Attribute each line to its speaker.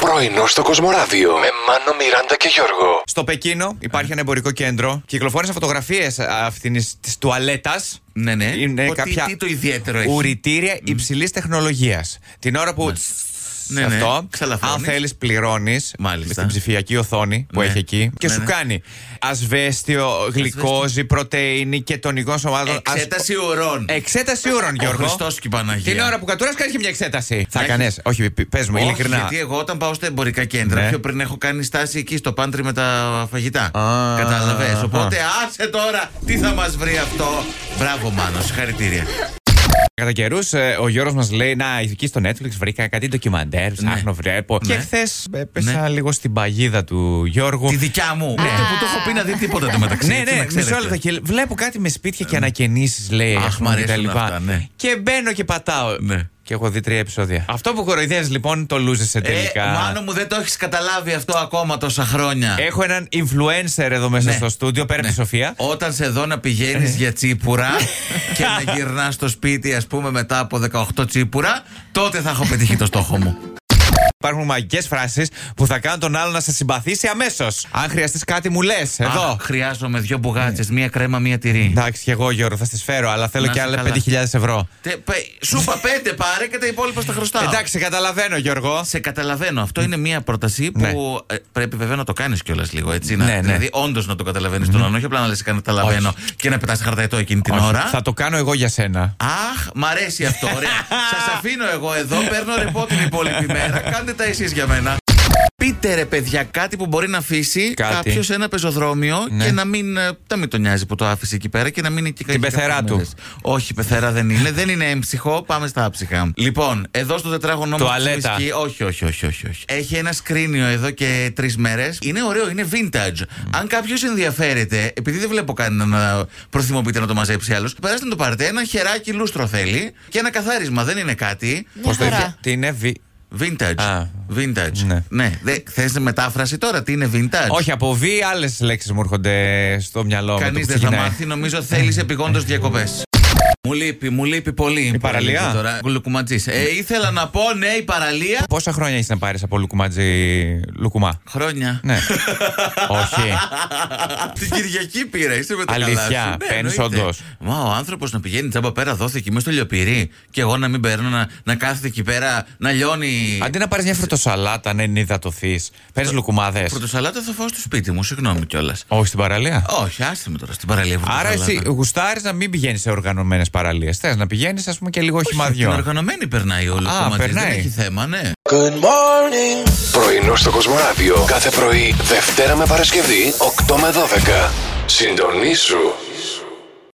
Speaker 1: Πρωινό στο Κοσμοράδιο με Μάνο, Μιράντα και Γιώργο.
Speaker 2: Στο Πεκίνο
Speaker 3: Ε.
Speaker 2: υπάρχει ένα εμπορικό κέντρο. Κυκλοφόρησαν ε, φωτογραφίε αυτής της τουαλέτας.
Speaker 3: Ναι, ναι.
Speaker 2: Είναι
Speaker 3: Ότι
Speaker 2: κάποια
Speaker 3: Τι το ιδιαίτερο έχει.
Speaker 2: Ουρητήρια υψηλής τεχνολογίας. Την ώρα που. τσ-
Speaker 3: Ναι, ναι.
Speaker 2: αυτό,
Speaker 3: Ξαλαφρώνεις.
Speaker 2: αν θέλεις, πληρώνεις
Speaker 3: Μάλιστα.
Speaker 2: στην ψηφιακή οθόνη που
Speaker 3: Ναι.
Speaker 2: έχει εκεί και
Speaker 3: Ναι,
Speaker 2: σου
Speaker 3: ναι.
Speaker 2: κάνει ασβέστιο, γλυκόζι, πρωτενη και τονικών σωμάτων. Ασ-
Speaker 3: Ε, Εξέταση ουρών.
Speaker 2: Εξέταση ώρων,
Speaker 3: Ο
Speaker 2: Γιώργο.
Speaker 3: Χριστός Ε, και η Παναγία.
Speaker 2: Την ώρα που κατουράς, κάνεις και μια εξέταση. Θα
Speaker 3: Να
Speaker 2: κάνεις. Όχι, πες μου,
Speaker 3: Όχι,
Speaker 2: ειλικρινά.
Speaker 3: Γιατί εγώ όταν πάω στα εμπορικά κέντρα,
Speaker 2: Ναι.
Speaker 3: πιο πριν έχω κάνει στάση εκεί στο πάντρι με τα φαγητά.
Speaker 2: Α,
Speaker 3: Κατάλαβες.
Speaker 2: α.
Speaker 3: Οπότε άσε τώρα τι θα μας βρει αυτό. Μπράβο, Μάνο, συγχαρητήρια.
Speaker 2: Κατά καιρούς, ο Γιώργο μας λέει: Να, εκεί στο Netflix βρήκα κάτι ντοκιμαντέρ, ψάχνω, βλέπω. Και
Speaker 3: Ναι.
Speaker 2: χθε πέσα λίγο στην παγίδα του Γιώργου.
Speaker 3: Τη δικιά μου. Ούτε που το έχω πει να δει τίποτα το μεταξύ.
Speaker 2: Ναι,
Speaker 3: έτσι,
Speaker 2: ναι,
Speaker 3: να ξέρετε. Ε, ναι.
Speaker 2: μισό λεπτό. Και βλέπω κάτι με σπίτια και ανακαινήσεις, λέει.
Speaker 3: Αχ,
Speaker 2: ας πούμε,
Speaker 3: μ' αρέσουν
Speaker 2: και τα λοιπά.
Speaker 3: αυτά, ναι.
Speaker 2: Και μπαίνω και πατάω.
Speaker 3: Ναι.
Speaker 2: Και έχω δει τρία επεισόδια. Αυτό που κοροϊδεύεις λοιπόν το λούζεσαι τελικά.
Speaker 3: Ε, Μάνο μου δεν το έχεις καταλάβει αυτό ακόμα τόσα χρόνια.
Speaker 2: Έχω έναν influencer εδώ μέσα
Speaker 3: Ναι.
Speaker 2: στο στούντιο, πέρα από τη Σοφία. Ε.
Speaker 3: Όταν σε δω να πηγαίνεις για τσίπουρα και να γυρνάς στο σπίτι, ας πούμε, μετά από 18 τσίπουρα, τότε θα έχω πετύχει το στόχο μου.
Speaker 2: Υπάρχουν μαγικές φράσεις που θα κάνουν τον άλλο να σε συμπαθήσει αμέσως. Αν χρειαστείς κάτι, μου λες. Εδώ.
Speaker 3: Α, χρειάζομαι δύο μπουγάτσε,
Speaker 2: Ναι.
Speaker 3: μία κρέμα, μία τυρί.
Speaker 2: Εντάξει, και εγώ Γιώργο, θα στις φέρω, αλλά θέλω
Speaker 3: Να
Speaker 2: και
Speaker 3: είσαι
Speaker 2: άλλα
Speaker 3: καλά.
Speaker 2: 5.000 ευρώ.
Speaker 3: Τε- πε- Σούπα πέντε πάρε και τα υπόλοιπα στα χρωστά.
Speaker 2: Εντάξει, καταλαβαίνω Γιώργο.
Speaker 3: Σε καταλαβαίνω. Αυτό είναι μια πρόταση που ε, πρέπει βέβαια να το κάνεις κιόλας λίγο. Έτσι, να,
Speaker 2: Ναι, ναι.
Speaker 3: Δηλαδή, όντως να το καταλαβαίνεις τον άλλον. Όχι απλά να λες καταλαβαίνω και να πετάς χαρταϊτό εκείνη την
Speaker 2: Όχι,
Speaker 3: ώρα.
Speaker 2: Θα το κάνω εγώ για σένα.
Speaker 3: Αχ, μ' αρέσει αυτό. Ωραία. Σας αφήνω εγώ εδώ. Παίρνω ρεπό την υπόλοιπη μέρα. Κάντε τα εσείς για μένα. Πείτε ρε παιδιά κάτι που μπορεί να αφήσει
Speaker 2: Κάτι.
Speaker 3: κάποιος σε ένα πεζοδρόμιο
Speaker 2: Ναι.
Speaker 3: και να μην, ε, να μην τον νοιάζει που το άφησε εκεί πέρα και να μην εκεί
Speaker 2: Την πεθερά του.
Speaker 3: Όχι, πεθερά δεν είναι. δεν είναι έμψυχο. Πάμε στα άψυχα. Λοιπόν, εδώ στο τετράγωνο μου.
Speaker 2: Τουαλέτα.
Speaker 3: στη Μισκή- Όχι, όχι, όχι, όχι, όχι. Έχει ένα σκρίνιο εδώ και τρεις μέρες. Είναι ωραίο, είναι vintage. Αν κάποιος ενδιαφέρεται, επειδή δεν βλέπω κανένα να προθυμοποιείται να το μαζέψει άλλος, περάστε να το πάρετε. Ένα χεράκι λούστρο θέλει και ένα καθάρισμα. Δεν είναι κάτι.
Speaker 2: Πώς το
Speaker 4: χαρά.
Speaker 2: είπε, Τι είναι, βι-
Speaker 3: Vintage.
Speaker 2: Α,
Speaker 3: vintage.
Speaker 2: ναι.
Speaker 3: ναι. Θες μετάφραση τώρα, τι είναι vintage.
Speaker 2: Όχι, από β, άλλες λέξεις μου έρχονται στο μυαλό μου.
Speaker 3: Κανεί δεν θα μάθει, νομίζω θέλεις επιγόντως διακοπές. Μου λείπει, μου λείπει πολύ. Η
Speaker 2: παραλία?
Speaker 3: Τώρα, Γλουκουματζής. Ε, ήθελα να πω, ναι, η παραλία.
Speaker 2: Πόσα χρόνια έχει να πάρεις από λουκουμάτζι λουκουμά.
Speaker 3: Χρόνια.
Speaker 2: Ναι. Όχι.
Speaker 3: Την Κυριακή πήρα, είσαι με τα καλά
Speaker 2: Αλήθεια,
Speaker 3: σου. Ναι,
Speaker 2: παίρνεις
Speaker 3: εννοείται.
Speaker 2: όντως.
Speaker 3: Μα ο άνθρωπος να πηγαίνει τσάμπα πέρα, δόθηκε μέσα στο λιοπυρί. Και εγώ να μην παίρνω, να, να κάθεται εκεί πέρα, να λιώνει.
Speaker 2: Αντί να πάρεις μια φρουτοσαλάτα ναι, να ενυδατωθεί, παίρνει λουκουμάδε.
Speaker 3: Πρωτοσαλάτα θα φάω στο σπίτι μου, συγγνώμη κιόλας.
Speaker 2: Όχι στην παραλία.
Speaker 3: Όχι, άστε με τώρα στην παραλία.
Speaker 2: Άρα
Speaker 3: πρωτοσαλάτα.
Speaker 2: εσύ γουστάρεις να μην πηγαίνεις σε οργανωμένες παραλίε. Θε να πηγαίνεις, ας πούμε, και λίγο χυμαδιό.
Speaker 3: Την οργανωμένη περνάει όλο
Speaker 2: Α,
Speaker 3: κομμάτι. Δεν
Speaker 2: περνάει.
Speaker 3: έχει θέμα, ναι.
Speaker 1: Πρωινό στο Κοσμοράδιο κάθε πρωί, Δευτέρα με Παρασκευή, 8 με 12. Συντονίσου.